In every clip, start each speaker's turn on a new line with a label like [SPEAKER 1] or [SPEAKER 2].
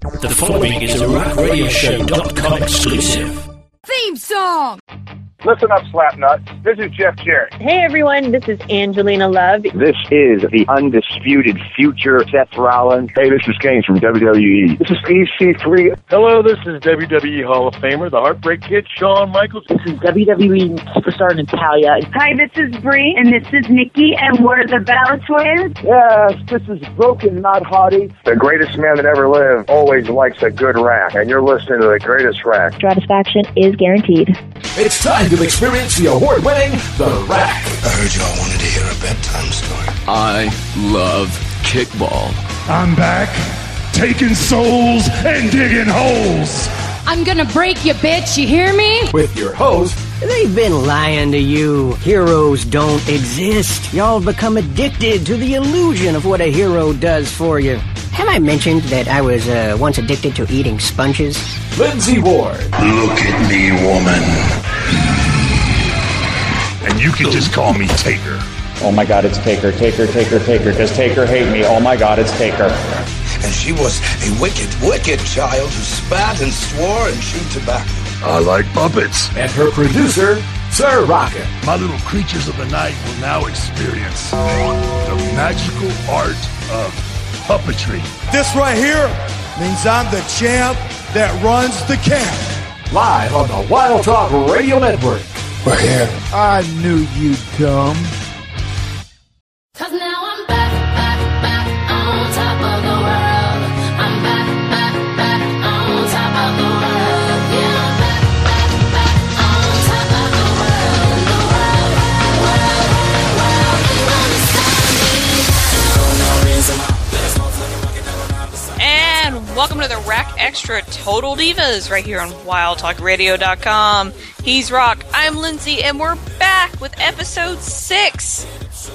[SPEAKER 1] The following is a rockradioshow.com exclusive.
[SPEAKER 2] Theme song!
[SPEAKER 3] Listen up, Slapnuts. This is Jeff Jarrett.
[SPEAKER 4] Hey everyone, this is Angelina Love.
[SPEAKER 5] This is the undisputed future Seth Rollins.
[SPEAKER 6] Hey, this is Kane from
[SPEAKER 7] E.
[SPEAKER 6] WWE.
[SPEAKER 8] This is EC3.
[SPEAKER 9] Hello, this is WWE Hall of Famer, the Heartbreak Kid, Shawn Michaels.
[SPEAKER 10] This is WWE superstar Natalia.
[SPEAKER 11] Hi, this is Bree, and this is Nikki, and we're the Bella Twins.
[SPEAKER 12] Yes, this is Broken, not Hottie.
[SPEAKER 7] The greatest man that ever lived always likes a good rack, and you're listening to the greatest rack.
[SPEAKER 13] Satisfaction is guaranteed.
[SPEAKER 14] It's time to experience the award-winning The Rack.
[SPEAKER 15] I heard y'all wanted to hear a bedtime story.
[SPEAKER 16] I love kickball.
[SPEAKER 17] I'm back, taking souls and digging holes.
[SPEAKER 2] I'm gonna break you, bitch, you hear me?
[SPEAKER 14] With your host,
[SPEAKER 18] They've been lying to you. Heroes don't exist. Y'all become addicted to the illusion of what a hero does for you. Have I mentioned that I was uh, once addicted to eating sponges?
[SPEAKER 14] Lindsay Ward.
[SPEAKER 15] Look at me, woman.
[SPEAKER 19] And you can just call me Taker.
[SPEAKER 20] Oh my god, it's Taker, Taker, Taker, Taker. Does Taker hate me? Oh my god, it's Taker.
[SPEAKER 15] And she was a wicked, wicked child who spat and swore and chewed tobacco.
[SPEAKER 19] I like puppets.
[SPEAKER 14] And her producer, Sir Rocket.
[SPEAKER 19] My little creatures of the night will now experience the magical art of puppetry.
[SPEAKER 11] This right here means I'm the champ that runs the camp.
[SPEAKER 14] Live on the Wild Talk Radio Network.
[SPEAKER 15] We're here.
[SPEAKER 11] I knew you'd come.
[SPEAKER 2] Cause now I'm back, back, back on top of the world. I'm back, back, back on top of the world. Yeah, I'm back, back, back on top of the world. The world, world, world. You understand
[SPEAKER 12] And welcome to the Rack Extra Total Divas right here on WildTalkRadio.com. He's Rock, I'm Lindsay, and we're back with episode 6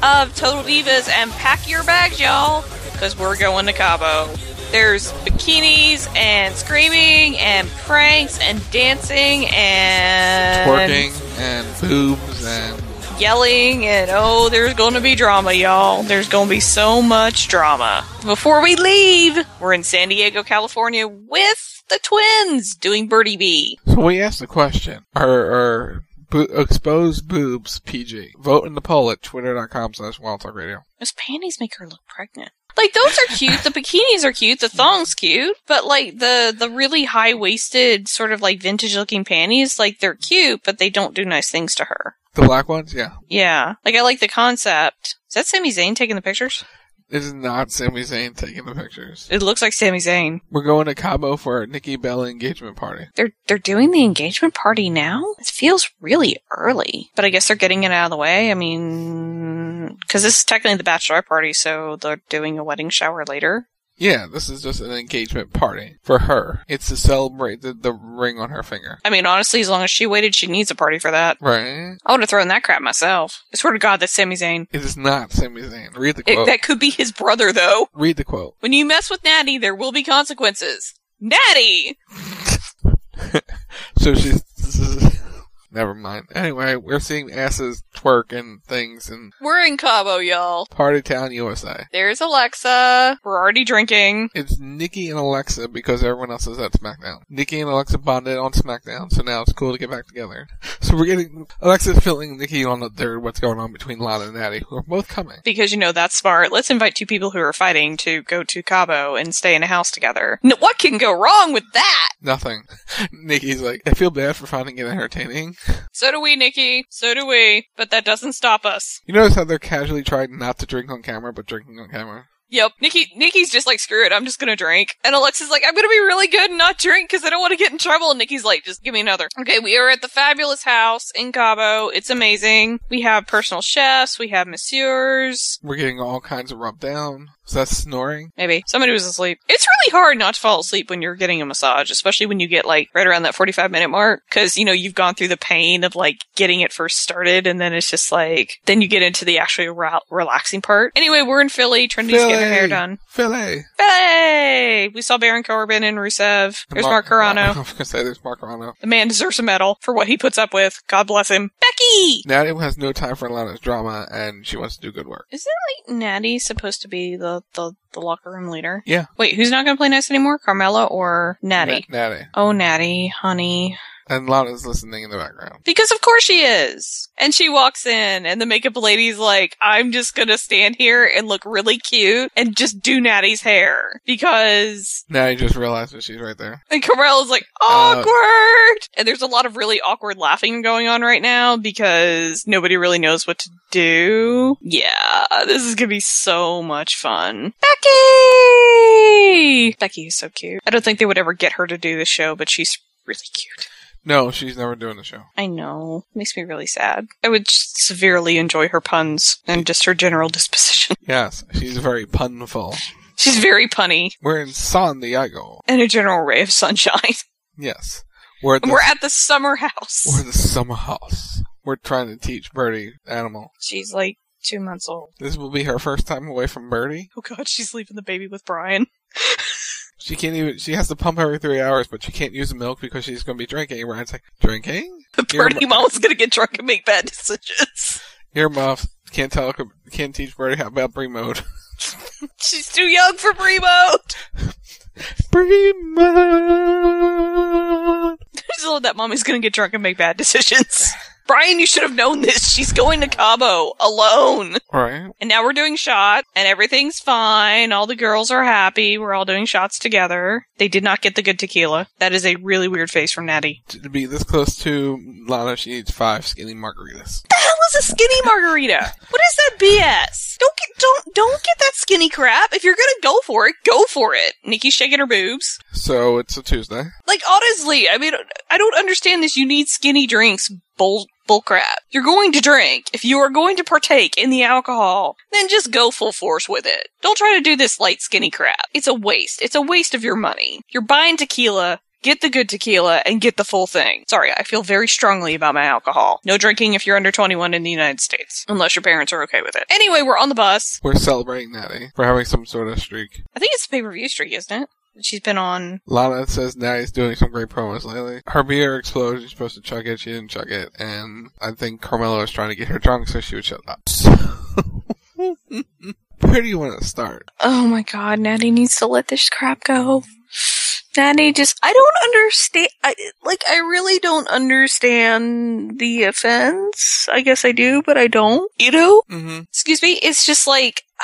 [SPEAKER 12] of Total Divas. And pack your bags, y'all, because we're going to Cabo. There's bikinis and screaming and pranks and dancing and
[SPEAKER 4] twerking and boobs and
[SPEAKER 12] yelling and oh there's going to be drama y'all there's going to be so much drama before we leave we're in san diego california with the twins doing birdie bee
[SPEAKER 4] So we asked the question: Are are bo- exposed boobs PG? Vote in the poll at twitter.com/slash Wild Talk Radio.
[SPEAKER 12] those panties make her look pregnant like those are cute the bikinis are cute the thongs cute but like the the really high-waisted sort of like vintage looking panties like they're cute but they don't do nice things to her
[SPEAKER 4] The black ones, yeah,
[SPEAKER 12] yeah like i like the concept is that Sami Zayn taking the pictures?
[SPEAKER 4] it is not Sami Zayn taking the pictures.
[SPEAKER 12] It looks like Sami Zayn.
[SPEAKER 4] We're going to Cabo for our Nikki Bella engagement party.
[SPEAKER 12] They're they're doing the engagement party now. It feels really early, but I guess they're getting it out of the way. I mean, because this is technically the bachelorette party, so they're doing a wedding shower later.
[SPEAKER 4] Yeah, this is just an engagement party for her. It's to celebrate the, the ring on her finger.
[SPEAKER 12] I mean, honestly, as long as she waited, she needs a party for that.
[SPEAKER 4] Right?
[SPEAKER 12] I would have thrown that crap myself. I swear to God, that's Sami Zayn.
[SPEAKER 4] It is not Sami Zayn. Read the
[SPEAKER 12] It,
[SPEAKER 4] quote.
[SPEAKER 12] that could be his brother, though.
[SPEAKER 4] Read the quote.
[SPEAKER 12] When you mess with Natty, there will be consequences. Natty.
[SPEAKER 4] So she's. Never mind. Anyway, we're seeing asses twerk and things in
[SPEAKER 12] We're in Cabo, y'all.
[SPEAKER 4] Party Town, USA.
[SPEAKER 12] There's Alexa. We're already drinking.
[SPEAKER 4] It's Nikki and Alexa because everyone else is at SmackDown. Nikki and Alexa bonded on SmackDown, so now it's cool to get back together. So we're getting Alexa's filling Nikki on the third. What's going on between Lana and Natty? Who are both coming?
[SPEAKER 12] because you know that's smart. Let's invite two people who are fighting to go to Cabo and stay in a house together. N- what can go wrong with that?
[SPEAKER 4] Nothing. Nikki's like, I feel bad for finding it entertaining.
[SPEAKER 12] So do we, Nikki. So do we. But that doesn't stop us.
[SPEAKER 4] You notice how they're casually trying not to drink on camera, but drinking on camera.
[SPEAKER 12] Yep. Nikki. Nikki's just like, screw it. I'm just gonna drink. And Alexa's like, I'm gonna be really good and not drink because I don't want to get in trouble. And Nikki's like, just give me another. Okay, we are at the fabulous house in Cabo. It's amazing. We have personal chefs. We have masseurs.
[SPEAKER 4] We're getting all kinds of rub down. Is that snoring?
[SPEAKER 12] Maybe somebody was asleep. It's really hard not to fall asleep when you're getting a massage, especially when you get like right around that 45 minute mark. Cause you know, you've gone through the pain of like getting it first started. And then it's just like, then you get into the actually rel- relaxing part. Anyway, we're in Philly. Trinity's getting her hair done.
[SPEAKER 4] Philly.
[SPEAKER 12] Philly! We saw Baron Corbin and Rusev. There's Mark
[SPEAKER 4] I
[SPEAKER 12] Carano.
[SPEAKER 4] was gonna say there's Mark Carano.
[SPEAKER 12] The man deserves a medal for what he puts up with. God bless him. Becky Natty!
[SPEAKER 4] Natty has no time for Lana's drama, and she wants to do good work.
[SPEAKER 12] Isn't like Natty supposed to be the, the, the locker room leader?
[SPEAKER 4] Yeah.
[SPEAKER 12] Wait, who's not going to play nice anymore? Carmela or Natty?
[SPEAKER 4] Na- Natty.
[SPEAKER 12] Oh, Natty, honey.
[SPEAKER 4] And Lana's listening in the background.
[SPEAKER 12] Because of course she is. And she walks in, and the makeup lady's like, I'm just going to stand here and look really cute and just do Natty's hair. Because
[SPEAKER 4] Natty just realizes she's right there.
[SPEAKER 12] And Carell is like, awkward! and there's a lot of really awkward laughing going on right now because nobody really knows what to do. Yeah, this is gonna be so much fun. Becky! Becky is so cute. I don't think they would ever get her to do the show, but she's really cute.
[SPEAKER 4] No, she's never doing the show.
[SPEAKER 12] I know. Makes me really sad. I would severely enjoy her puns and just her general disposition.
[SPEAKER 4] Yes, she's very punful.
[SPEAKER 12] She's very punny
[SPEAKER 4] We're in San Diego.
[SPEAKER 12] and a general ray of sunshine.
[SPEAKER 4] Yes. We're at the,
[SPEAKER 12] We're at the summer house.
[SPEAKER 4] we're at the summer house. We're trying to teach Birdie animal.
[SPEAKER 12] She's like two months old.
[SPEAKER 4] This will be her first time away from Birdie.
[SPEAKER 12] Oh god, she's leaving the baby with Brian.
[SPEAKER 4] She can't even. She has to pump every three hours, but she can't use the milk because she's going to be drinking. Ryan's like, drinking?
[SPEAKER 12] Birdie mom's gonna get drunk and make bad decisions.
[SPEAKER 4] Earmuffs. Can't tell. Can't teach Birdie how about Brie mode.
[SPEAKER 12] She's too young for pre-mode.
[SPEAKER 4] Pre-mode.
[SPEAKER 12] She's told that mommy's gonna get drunk and make bad decisions. Brian, you should have known this. She's going to Cabo alone.
[SPEAKER 4] Right.
[SPEAKER 12] And now we're doing shot, and everything's fine. All the girls are happy. We're all doing shots together. They did not get the good tequila. That is a really weird face from Natty.
[SPEAKER 4] To be this close to Lana, she needs five skinny margaritas.
[SPEAKER 12] What the hell is a skinny margarita? What is that BS? Don't get don't don't get that skinny crap. If you're gonna go for it, go for it. Nikki's shaking her boobs.
[SPEAKER 4] So it's a Tuesday.
[SPEAKER 12] Like honestly, I mean, I don't understand this. You need skinny drinks. Bull bullcrap. You're going to drink. If you are going to partake in the alcohol, then just go full force with it. Don't try to do this light skinny crap. It's a waste. It's a waste of your money. You're buying tequila. Get the good tequila and get the full thing. Sorry, I feel very strongly about my alcohol. No drinking if you're under 21 in the United States, unless your parents are okay with it. Anyway, we're on the bus.
[SPEAKER 4] We're celebrating Natty. We're having some sort of streak.
[SPEAKER 12] I think it's the pay-per-view streak, isn't it? She's been on
[SPEAKER 4] Lana says Natty's doing some great promos lately. Her beer explodes. She's supposed to chug it. She didn't chug it. And I think Carmelo is trying to get her drunk so she would shut up. Where do you want to start?
[SPEAKER 12] Oh my god, Natty needs to let this crap go. Natty just, I don't understand, I, like, I really don't understand the offense. I guess I do, but I don't. You know?
[SPEAKER 4] Mm-hmm.
[SPEAKER 12] Excuse me? It's just like,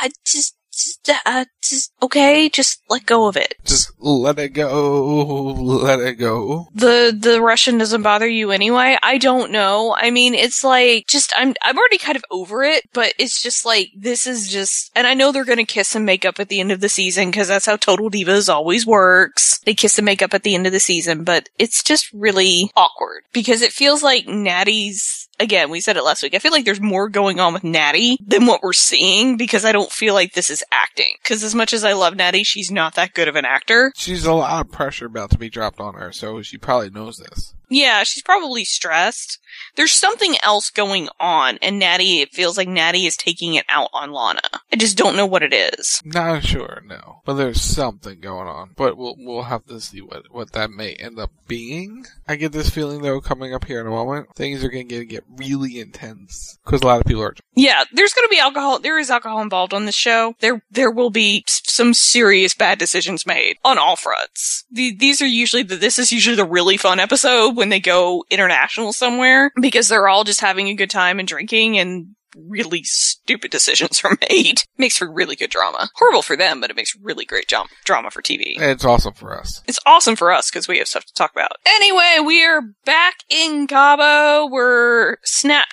[SPEAKER 12] I just, just, uh, just, okay, just let go of it.
[SPEAKER 4] Just let it go. Let it go.
[SPEAKER 12] the the Russian doesn't bother you anyway. I don't know. I mean, it's like just I'm I'm already kind of over it, but it's just like this is just and I know they're going to kiss and make up at the end of the season cuz that's how Total Divas always works. They kiss and make up at the end of the season, but it's just really awkward because it feels like Natty's again, we said it last week. I feel like there's more going on with Natty than what we're seeing because I don't feel like this is acting. Cuz as much as I love Natty, she's not that good of an actor.
[SPEAKER 4] She's a lot of pressure about to be dropped on her, so she probably knows this.
[SPEAKER 12] Yeah, she's probably stressed. There's something else going on, and Natty, it feels like Natty is taking it out on Lana. I just don't know what it is.
[SPEAKER 4] Not sure, no. But there's something going on. But we'll we'll have to see what what that may end up being. I get this feeling though, coming up here in a moment, things are gonna get get really intense because a lot of people are.
[SPEAKER 12] Yeah, there's going to be alcohol. There is alcohol involved on this show. There, there will be s- some serious bad decisions made on all fronts. The, these are usually the, this is usually the really fun episode when they go international somewhere because they're all just having a good time and drinking and really stupid decisions are made. Makes for really good drama. Horrible for them, but it makes really great dram- drama for TV.
[SPEAKER 4] It's awesome for us.
[SPEAKER 12] It's awesome for us because we have stuff to talk about. Anyway, we are back in Cabo. We're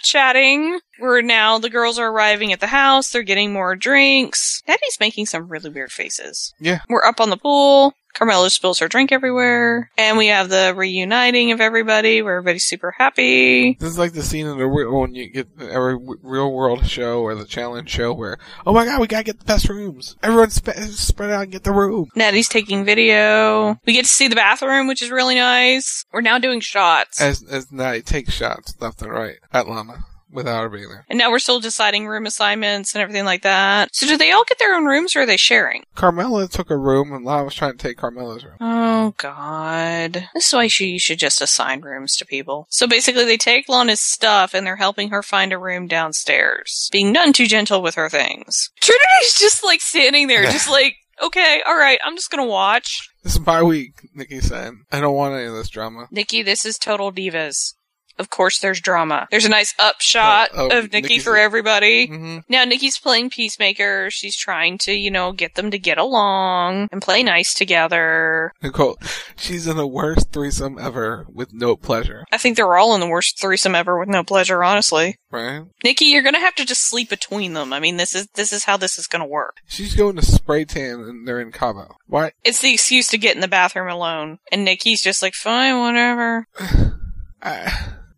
[SPEAKER 12] Snapchatting. We're now, the girls are arriving at the house. They're getting more drinks. Daddy's making some really weird faces.
[SPEAKER 4] Yeah.
[SPEAKER 12] We're up on the pool. Carmela spills her drink everywhere. And we have the reuniting of everybody where everybody's super happy.
[SPEAKER 4] This is like the scene in the real when you get every w- real world show or the challenge show where, oh my god, we gotta get the best rooms. Everyone sp- spread out and get the room.
[SPEAKER 12] Natty's taking video. We get to see the bathroom, which is really nice. We're now doing shots.
[SPEAKER 4] As as Natty takes shots left and right at Lana. without her being there.
[SPEAKER 12] And now we're still deciding room assignments and everything like that. So do they all get their own rooms or are they sharing?
[SPEAKER 4] Carmela took a room, and Lana was trying to take Carmela's room.
[SPEAKER 12] Oh god. This is why she, you should just assign rooms to people. So basically they take Lana's stuff and they're helping her find a room downstairs. Being none too gentle with her things. Trinity's just like standing there, just like, okay, alright, I'm just gonna watch.
[SPEAKER 4] This is my week, Nikki said. I don't want any of this drama.
[SPEAKER 12] Nikki, this is total divas. Of course, there's drama. There's a nice upshot
[SPEAKER 4] Oh, oh,
[SPEAKER 12] of Nikki
[SPEAKER 4] Nikki's- Mm-hmm.
[SPEAKER 12] for everybody. Now, Nikki's playing peacemaker. She's trying to, you know, get them to get along and play nice together.
[SPEAKER 4] Nicole, she's in the worst threesome ever with no pleasure.
[SPEAKER 12] I think they're all in the worst threesome ever with no pleasure, honestly.
[SPEAKER 4] Right?
[SPEAKER 12] Nikki, you're gonna have to just sleep between them. I mean, this is this is how this is gonna work.
[SPEAKER 4] She's going to spray tan, and they're in Cabo. Why?
[SPEAKER 12] It's the excuse to get in the bathroom alone, and Nikki's just like, fine, whatever.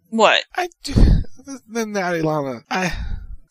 [SPEAKER 12] what?
[SPEAKER 4] I Then Natty Lana, I,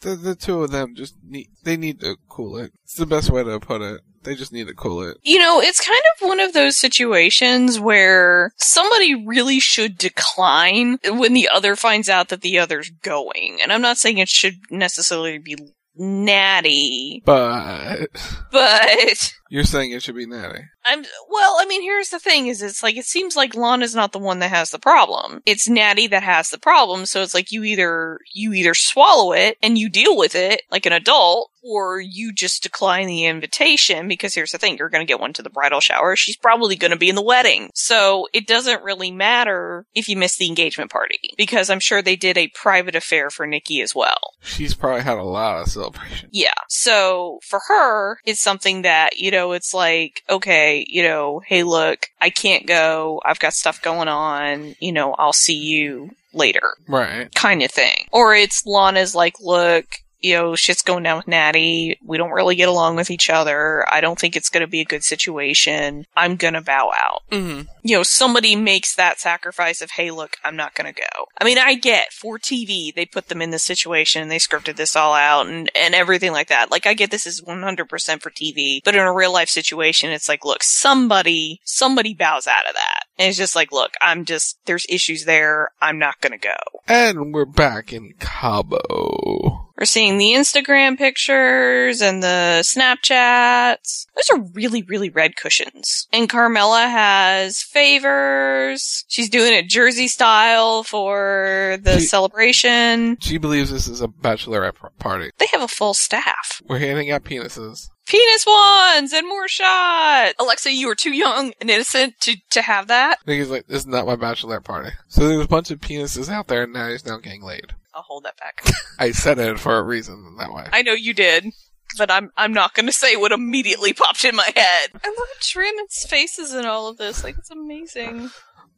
[SPEAKER 4] the, the two of them just need, they need to cool it. It's the best way to put it. They just need to cool it.
[SPEAKER 12] You know, it's kind of one of those situations where somebody really should decline when the other finds out that the other's going. And I'm not saying it should necessarily be natty,
[SPEAKER 4] But,
[SPEAKER 12] but
[SPEAKER 4] you're saying it should be Natty.
[SPEAKER 12] I'm well, I mean, here's the thing is it's like it seems like Lana's not the one that has the problem. It's Natty that has the problem, so it's like you either you either swallow it and you deal with it like an adult or you just decline the invitation because here's the thing, you're going to get one to the bridal shower. She's probably going to be in the wedding. So, it doesn't really matter if you miss the engagement party because I'm sure they did a private affair for Nikki as well.
[SPEAKER 4] She's probably had a lot of celebration.
[SPEAKER 12] Yeah. So for her, it's something that, you know, it's like, okay, you know, hey, look, I can't go. I've got stuff going on. You know, I'll see you later
[SPEAKER 4] Right.
[SPEAKER 12] kind of thing. Or it's Lana's like, look, you know, shit's going down with Natty. We don't really get along with each other. I don't think it's going to be a good situation. I'm going to bow out.
[SPEAKER 4] Mm-hmm.
[SPEAKER 12] You know, somebody makes that sacrifice of, hey, look, I'm not going to go. I mean, I get for TV, they put them in this situation and they scripted this all out and, and everything like that. Like, I get this is 100% for TV, but in a real life situation, it's like, look, somebody, somebody bows out of that. And it's just like, look, I'm just, there's issues there. I'm not going to go.
[SPEAKER 4] And we're back in Cabo.
[SPEAKER 12] We're seeing the Instagram pictures and the Snapchats. Those are really, really red cushions. And Carmela has favors. She's doing it Jersey style for the
[SPEAKER 4] She-
[SPEAKER 12] celebration.
[SPEAKER 4] She believes this is a bachelorette par- party.
[SPEAKER 12] They have a full staff.
[SPEAKER 4] We're handing out penises.
[SPEAKER 12] Penis wands and more shots. Alexa, you were too young and innocent to, to have that.
[SPEAKER 4] Nikki's like, this is not my bachelorette party. So there's a bunch of penises out there, and now he's now getting laid.
[SPEAKER 12] I'll hold that back.
[SPEAKER 4] I said it for a reason that way.
[SPEAKER 12] I know you did, but I'm I'm not going to say what immediately popped in my head. I love Truman's faces in all of this. Like it's amazing.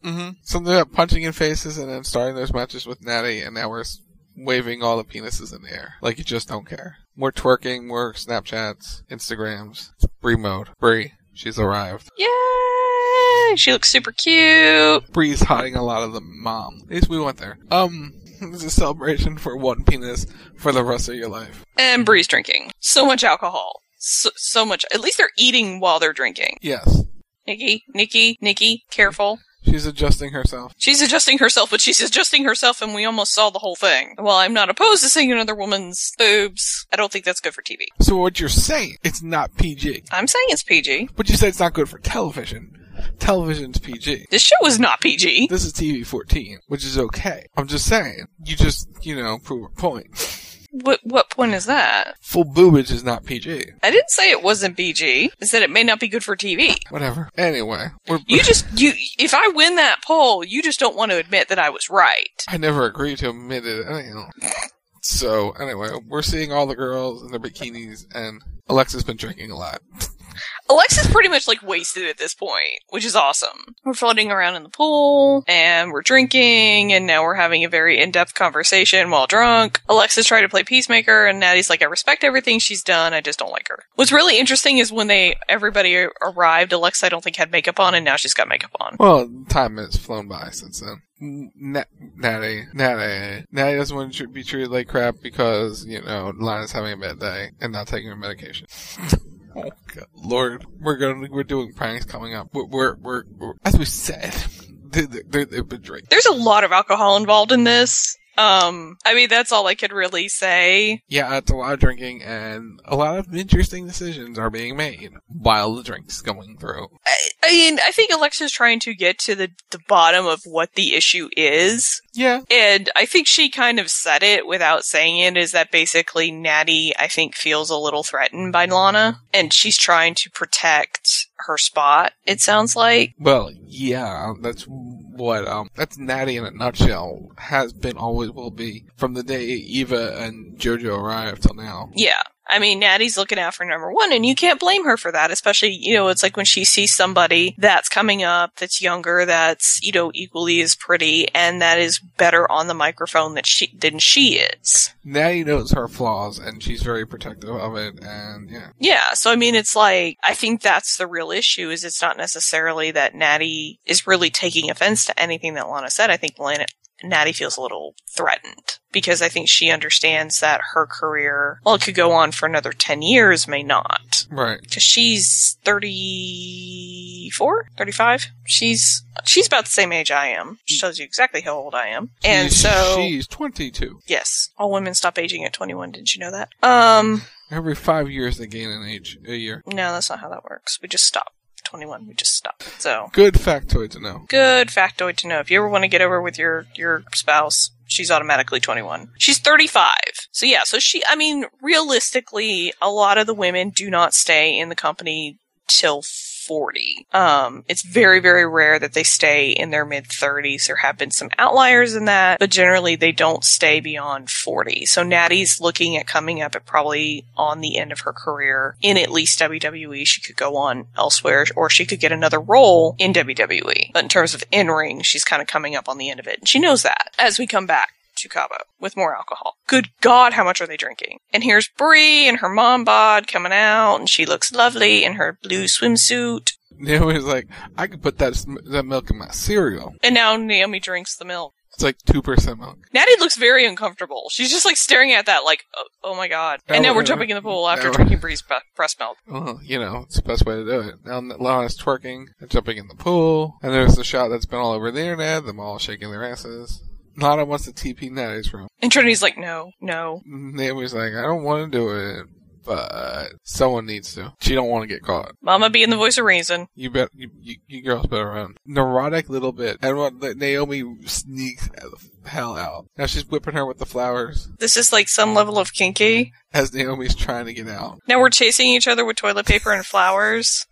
[SPEAKER 4] Mm-hmm. Something about punching in faces and then starting those matches with Natty, and now we're s- waving all the penises in the air. Like you just don't care. More twerking, more Snapchats, Instagrams. It's Bree mode. Bree, she's arrived.
[SPEAKER 12] Yay! She looks super cute.
[SPEAKER 4] Bree's hiding a lot of the mom. At least we went there. Um, it's a celebration for one penis for the rest of your life.
[SPEAKER 12] And Bree's drinking. So much alcohol. So, so much. At least they're eating while they're drinking.
[SPEAKER 4] Yes.
[SPEAKER 12] Nikki, Nikki, Nikki, careful.
[SPEAKER 4] She's adjusting herself.
[SPEAKER 12] She's adjusting herself, but she's adjusting herself, and we almost saw the whole thing. While I'm not opposed to seeing another woman's boobs, I don't think that's good for TV.
[SPEAKER 4] So what you're saying, it's not PG.
[SPEAKER 12] I'm saying it's PG.
[SPEAKER 4] But you said it's not good for television. Television's PG.
[SPEAKER 12] This show is not PG.
[SPEAKER 4] This is TV 14, which is okay. I'm just saying, you just, you know, prove a point.
[SPEAKER 12] What what point is that?
[SPEAKER 4] Full boobage is not PG.
[SPEAKER 12] I didn't say it wasn't PG. I said it may not be good for TV.
[SPEAKER 4] Whatever. Anyway, we're,
[SPEAKER 12] You just you. If I win that poll, you just don't want to admit that I was right.
[SPEAKER 4] I never agreed to admit it. Anyhow. So, anyway, we're seeing all the girls in their bikinis, and Alexa's been drinking a lot.
[SPEAKER 12] Alexa's pretty much like wasted at this point, which is awesome. We're floating around in the pool and we're drinking and now we're having a very in-depth conversation while drunk. Alexa's trying to play peacemaker and Natty's like, I respect everything she's done. I just don't like her. What's really interesting is when they, everybody arrived, Alexa, I don't think had makeup on and now she's got makeup on.
[SPEAKER 4] Well, time has flown by since then. N- Nat- Natty, Natty, Natty doesn't want to tr- be treated like crap because you know Lana's having a bad day and not taking her medication. oh God, Lord, we're going, we're doing pranks coming up. We're, we're, we're, we're as we said, they, they, they, have been drinking.
[SPEAKER 12] There's a lot of alcohol involved in this. Um, I mean, that's all I could really say.
[SPEAKER 4] Yeah, it's a lot of drinking, and a lot of interesting decisions are being made while the drink's going through.
[SPEAKER 12] I mean, I think Alexa's trying to get to the, the bottom of what the issue is.
[SPEAKER 4] Yeah.
[SPEAKER 12] And I think she kind of said it without saying it is that basically Natty, I think, feels a little threatened by Lana, and she's trying to protect her spot, it sounds like.
[SPEAKER 4] Well, yeah, that's what um that's Natty in a nutshell has been always will be from the day Eva and JoJo arrived till now.
[SPEAKER 12] Yeah. I mean, Natty's looking out for number one, and you can't blame her for that, especially, you know, it's like when she sees somebody that's coming up, that's younger, that's, you know, equally as pretty, and that is better on the microphone that she, than she is.
[SPEAKER 4] Natty knows her flaws and she's very protective of it and yeah.
[SPEAKER 12] Yeah. So, I mean, it's like, I think that's the real issue is it's not necessarily that Natty is really taking offense to anything that Lana said. I think Lana, Natty feels a little threatened because I think she understands that her career, well, it could go on for another 10 years, may not.
[SPEAKER 4] Right.
[SPEAKER 12] Because she's 34, 35. She's, she's about the same age I am. She tells you exactly how old I am. And
[SPEAKER 4] She's-
[SPEAKER 12] so.
[SPEAKER 4] she's 22.
[SPEAKER 12] Yes. All women stop aging at 21. Didn't you know that? Um,
[SPEAKER 4] Every five years they gain an age a year.
[SPEAKER 12] no, that's not how that works. We just stop. 21. We just stop. So.
[SPEAKER 4] Good factoid to know.
[SPEAKER 12] Good factoid to know. If you ever want to get over with your your spouse, she's automatically 21. She's 35. So yeah, so she I mean, realistically, a lot of the women do not stay in the company till 40. Um, it's very, very rare that they stay in their mid 30s. There have been some outliers in that, but generally they don't stay beyond 40. So Natty's looking at coming up at probably on the end of her career in at least WWE. She could go on elsewhere or she could get another role in WWE. But in terms of in ring, she's kind of coming up on the end of it. And she knows that as we come back to Cabo with more alcohol. Good God, how much are they drinking? And here's Bree and her mom bod coming out, and she looks lovely in her blue swimsuit.
[SPEAKER 4] Naomi's like, I could put that sm- that milk in my cereal.
[SPEAKER 12] And now Naomi drinks the milk.
[SPEAKER 4] It's like two percent milk.
[SPEAKER 12] Natty looks very uncomfortable. She's just like staring at that, like, oh, oh my God. And
[SPEAKER 4] That
[SPEAKER 12] now we're
[SPEAKER 4] would-
[SPEAKER 12] jumping in the pool after
[SPEAKER 4] that would-
[SPEAKER 12] drinking Bree's bre- breast milk.
[SPEAKER 4] Well, you know, it's the best way to do it. Now that Lana's twerking and jumping in the pool, and there's the shot that's been all over the internet, them all shaking their asses. Lana wants to TP Natty's room.
[SPEAKER 12] And Trinity's like, no, no.
[SPEAKER 4] Naomi's like, I don't want to do it, but someone needs to. She don't want to get caught.
[SPEAKER 12] Mama being the voice of reason.
[SPEAKER 4] You bet. You, you, you girls better run. Neurotic little bit. And what that Naomi sneaks the hell out. Now she's whipping her with the flowers
[SPEAKER 12] This is like some level of kinky.
[SPEAKER 4] as Naomi's trying to get out.
[SPEAKER 12] Now we're chasing each other with toilet paper and flowers.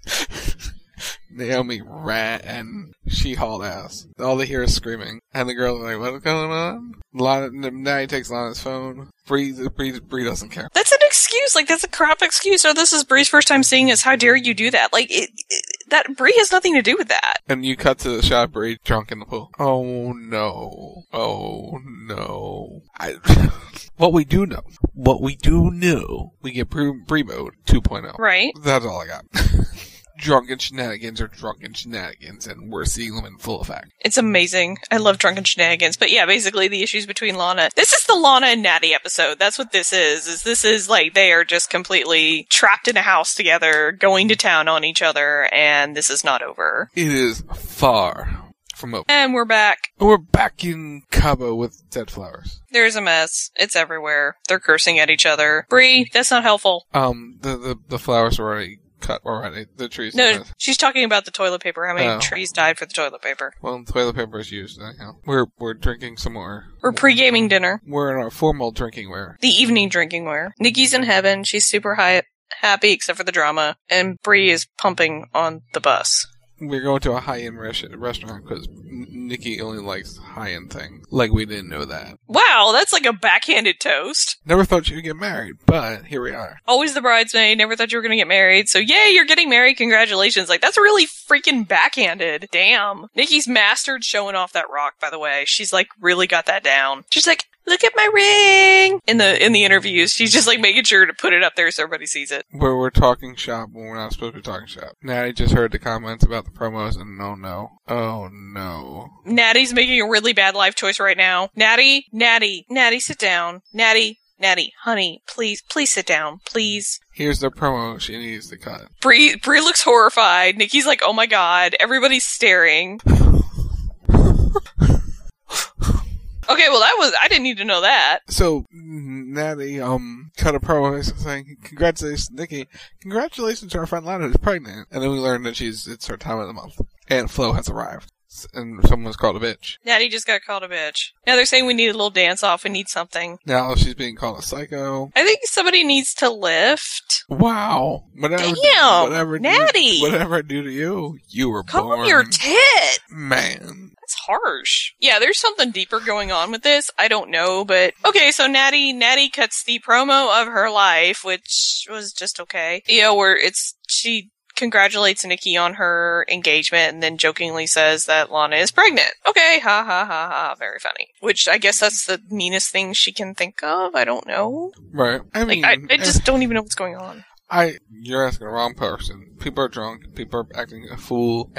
[SPEAKER 4] Naomi rat and she hauled ass. All they hear is screaming, and the girls are like, "What's going on?" Lana, now he takes Lana's phone. Bree, Bree, Bree doesn't care.
[SPEAKER 12] That's an excuse. Like that's a crap excuse. Oh, this is Bree's first time seeing us. How dare you do that? Like it, it- that Bree has nothing to do with that.
[SPEAKER 4] And you cut to the shot of Bree drunk in the pool. Oh no! Oh no! I, what we do know, what we do know, we get Bree, Bree mode 2.0.
[SPEAKER 12] Right.
[SPEAKER 4] That's all I got. drunken shenanigans are drunken shenanigans, and we're seeing them in full effect.
[SPEAKER 12] It's amazing. I love drunken shenanigans. But yeah, basically the issues between Lana. This is the Lana and Natty episode. That's what this is. Is this is like they are just completely trapped in a house together, going to town on each other, and this is not over.
[SPEAKER 4] It is far from over.
[SPEAKER 12] And we're back.
[SPEAKER 4] And we're back in Cabo with dead flowers.
[SPEAKER 12] There's a mess. It's everywhere. They're cursing at each other. Bree, that's not helpful.
[SPEAKER 4] Um, the the, the flowers were already cut already. The trees.
[SPEAKER 12] No, she's talking about the toilet paper. How many
[SPEAKER 4] Oh.
[SPEAKER 12] trees died for the toilet paper?
[SPEAKER 4] Well, toilet paper is used anyhow. We're we're drinking some more.
[SPEAKER 12] We're pre-gaming dinner.
[SPEAKER 4] We're in our formal drinking wear.
[SPEAKER 12] The evening drinking wear. Nikki's in heaven. She's super high, happy except for the drama. And Bree is pumping on the bus.
[SPEAKER 4] We're going to a high end res- restaurant because Nikki only likes high end things. Like we didn't know that.
[SPEAKER 12] Wow, that's like a backhanded toast.
[SPEAKER 4] Never thought she would get married, but here we are.
[SPEAKER 12] Always the bridesmaid. Never thought you were going to get married. So yay, you're getting married. Congratulations. Like that's really freaking backhanded. Damn. Nikki's mastered showing off that rock. By the way, she's like really got that down. She's like. Look at my ring in the in the interviews. She's just like making sure to put it up there so everybody sees it.
[SPEAKER 4] Where we're talking shop when we're not supposed to be talking shop. Now I just heard the comments about the promos and no, no, oh no.
[SPEAKER 12] Natty's making a really bad life choice right now. Natty, Natty, Natty, sit down. Natty, Natty, honey, please, please sit down, please.
[SPEAKER 4] Here's the promo she needs to cut.
[SPEAKER 12] Bree, Bree looks horrified. Nikki's like, oh my god. Everybody's staring. Okay, well that was I didn't need to know that.
[SPEAKER 4] So Natty um cut a promo saying, "Congratulations, Nikki! Congratulations to our friend Lana who's pregnant." And then we learned that she's it's her time of the month, and Flo has arrived, S- and someone's called a bitch.
[SPEAKER 12] Natty just got called a bitch. Now they're saying we need a little dance off. We need something.
[SPEAKER 4] Now she's being called a psycho.
[SPEAKER 12] I think somebody needs to lift.
[SPEAKER 4] Wow! Whatever,
[SPEAKER 12] Damn,
[SPEAKER 4] whatever,
[SPEAKER 12] Natty.
[SPEAKER 4] do, whatever I do to you, you were
[SPEAKER 12] Calm
[SPEAKER 4] born,
[SPEAKER 12] your tit.
[SPEAKER 4] man.
[SPEAKER 12] That's harsh. Yeah, there's something deeper going on with this. I don't know, but okay. So Natty, Natty cuts the promo of her life, which was just okay. You know, where it's she congratulates Nikki on her engagement and then jokingly says that Lana is pregnant. Okay, ha ha ha ha. Very funny. Which I guess that's the meanest thing she can think of. I don't know.
[SPEAKER 4] Right? I mean,
[SPEAKER 12] like I, I just don't even know what's going on.
[SPEAKER 4] I you're asking the wrong person. People are drunk. People are acting a fool,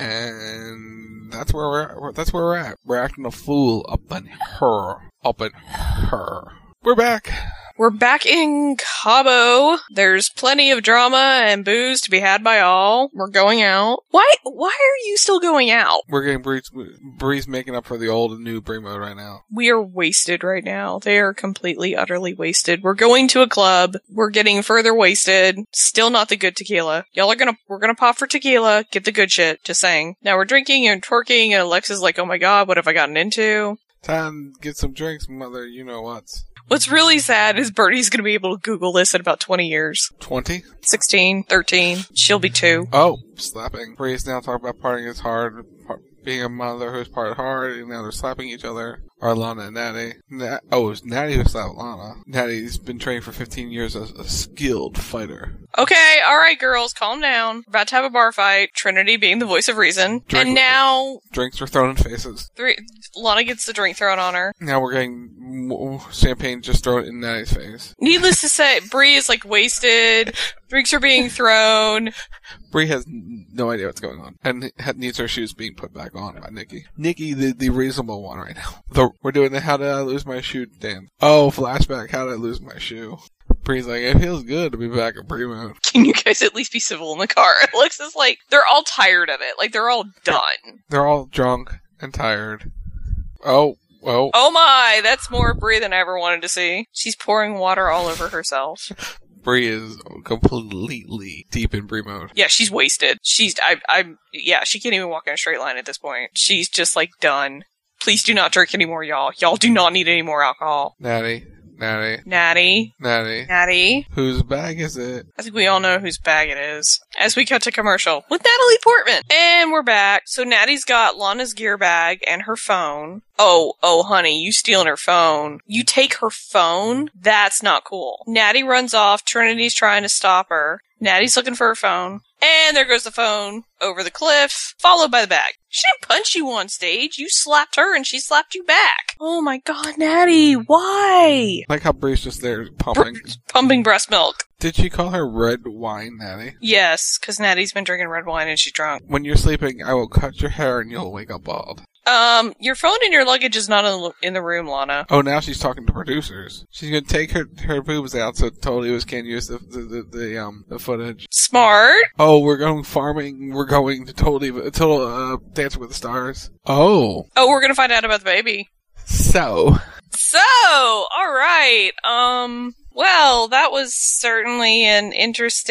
[SPEAKER 4] and that's where we're that's where we're at. We're acting a fool up on her, up on her. We're back.
[SPEAKER 12] We're back in Cabo. There's plenty of drama and booze to be had by all. We're going out. Why? Why are you still going out?
[SPEAKER 4] We're getting Breeze. Breeze making up for the old and new Bremo right now.
[SPEAKER 12] We are wasted right now. They are completely, utterly wasted. We're going to a club. We're getting further wasted. Still not the good tequila. Y'all are gonna, we're gonna pop for tequila. Get the good shit. Just saying. Now we're drinking and twerking and Alexa's like, oh my god, what have I gotten into?
[SPEAKER 4] Time to get some drinks, mother. You know what's
[SPEAKER 12] What's really sad is Bertie's gonna be able to Google this in about 20 years.
[SPEAKER 4] twenty.
[SPEAKER 12] 16, 13. She'll be two.
[SPEAKER 4] Oh, slapping. Breeze now talk about partying is hard. par- Being a mother who's part hard, and now they're slapping each other. Are Lana and Natty? Na- oh, it was Natty who slapped Lana. Natty's been trained for 15 years as a skilled fighter.
[SPEAKER 12] Okay, alright girls, calm down. We're about to have a bar fight. Trinity being the voice of reason.
[SPEAKER 4] Drink-
[SPEAKER 12] and now,
[SPEAKER 4] Drinks are thrown in faces.
[SPEAKER 12] three, Lana gets the drink thrown on her.
[SPEAKER 4] Now we're getting mo- champagne just thrown in Natty's face.
[SPEAKER 12] Needless to say, Bree is like wasted. Drinks are being thrown.
[SPEAKER 4] Bree has n- no idea what's going on, and ha- needs her shoes being put back on by Nikki. Nikki, the, the reasonable one right now. The, we're doing the how did I lose my shoe dance. Oh, flashback, how did I lose my shoe? Bree's like, it feels good to be back in Bree mode.
[SPEAKER 12] Can you guys at least be civil in the car? Alexa's like, they're all tired of it. Like, they're all done.
[SPEAKER 4] They're all drunk and tired. Oh, well,
[SPEAKER 12] Oh my, that's more Bree than I ever wanted to see. She's pouring water all over herself.
[SPEAKER 4] Bree is completely deep in Bree mode.
[SPEAKER 12] Yeah, she's wasted. She's, I, I'm, yeah, she can't even walk in a straight line at this point. She's just like done. Please do not drink anymore, y'all. Y'all do not need any more alcohol.
[SPEAKER 4] Natty, Natty,
[SPEAKER 12] Natty.
[SPEAKER 4] Natty.
[SPEAKER 12] Natty.
[SPEAKER 4] Whose bag is it?
[SPEAKER 12] I think we all know whose bag it is. As we cut to commercial with Natalie Portman. And we're back. So Natty's got Lana's gear bag and her phone. Oh, oh, honey, you stealing her phone. You take her phone? That's not cool. Natty runs off. Trinity's trying to stop her. Natty's looking for her phone. And there goes the phone over the cliff, followed by the bag. She didn't punch you on stage. You slapped her and she slapped you back. Oh my god, Natty, why?
[SPEAKER 4] Like how Bree's just there pumping.
[SPEAKER 12] Pumping breast milk.
[SPEAKER 4] Did she call her red wine, Natty?
[SPEAKER 12] Yes, because Natty's been drinking red wine and she's drunk.
[SPEAKER 4] When you're sleeping, I will cut your hair and you'll wake up bald.
[SPEAKER 12] Um, your phone and your luggage is not in the, in the room, Lana.
[SPEAKER 4] Oh, now she's talking to producers. She's gonna take her her boobs out so totally was can't use the the, the, the um the footage.
[SPEAKER 12] Smart.
[SPEAKER 4] Oh, we're going farming. We're going to totally total uh, Dancing with the Stars. Oh,
[SPEAKER 12] Oh, we're gonna find out about the baby.
[SPEAKER 4] so
[SPEAKER 12] So, all right. Um, well, that was certainly an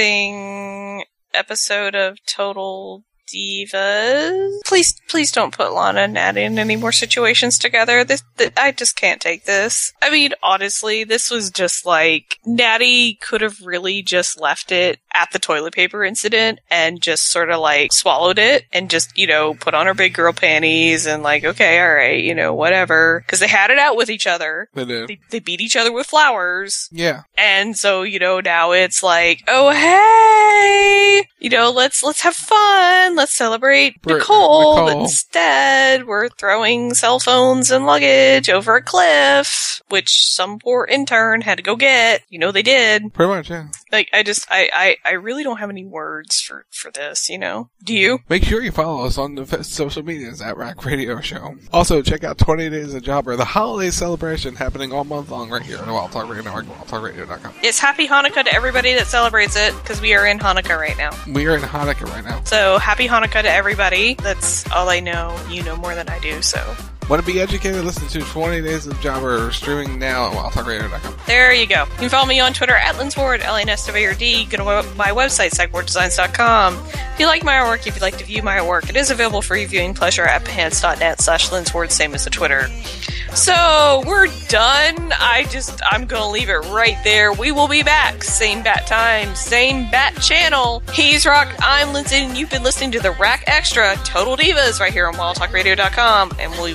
[SPEAKER 12] interesting episode of Total Divas. Please, please don't put Lana and Natty in any more situations together. This, th- I just can't take this. I mean, honestly, this was just like Natty could have really just left it at the toilet paper incident and just sort of like swallowed it and just, you know, put on her big girl panties and like, okay, all right, you know, whatever. Because they had it out with each other.
[SPEAKER 4] they do.
[SPEAKER 12] They, they beat each other with flowers.
[SPEAKER 4] uh, Yeah,
[SPEAKER 12] And so, you know, now it's like, oh hey, you know, let's let's have fun, let's celebrate
[SPEAKER 4] Br-
[SPEAKER 12] Nicole,
[SPEAKER 4] Nicole.
[SPEAKER 12] instead. We're throwing cell phones and luggage over a cliff, which some poor intern had to go get. You know, they did.
[SPEAKER 4] pretty much. Yeah.
[SPEAKER 12] Like, I just, I, I, I really don't have any words for for this. You know, do you?
[SPEAKER 4] Make sure you follow us on the f- social medias at Rack Radio Show. Also, check out 20 Days of Jobber, the holiday celebration happening all month long right here on Wild Talk Radio Network, wildtalkradio.com.
[SPEAKER 12] It's happy Hanukkah to everybody that celebrates it because we are in Hanukkah right now.
[SPEAKER 4] We are in Hanukkah right now.
[SPEAKER 12] So happy Hanukkah to everybody. That's all I know. You know more than I do, so
[SPEAKER 4] Want to be educated? Listen to 20 Days of Jobber streaming now at wildtalkradio.com.
[SPEAKER 12] There you go. You can follow me on Twitter at LensWard, L-A-N-S-W-R-D. Go to my website, psychwarddesigns.com. If you like my artwork, if you'd like to view my artwork, it is available for your viewing pleasure at behance.net slash LensWard, same as the Twitter. So, we're done. I just, I'm going to leave it right there. We will be back. Same bat time, same bat channel. He's Rock, I'm Lindsay, and you've been listening to the Rack Extra Total Divas right here on wildtalkradio.com, and we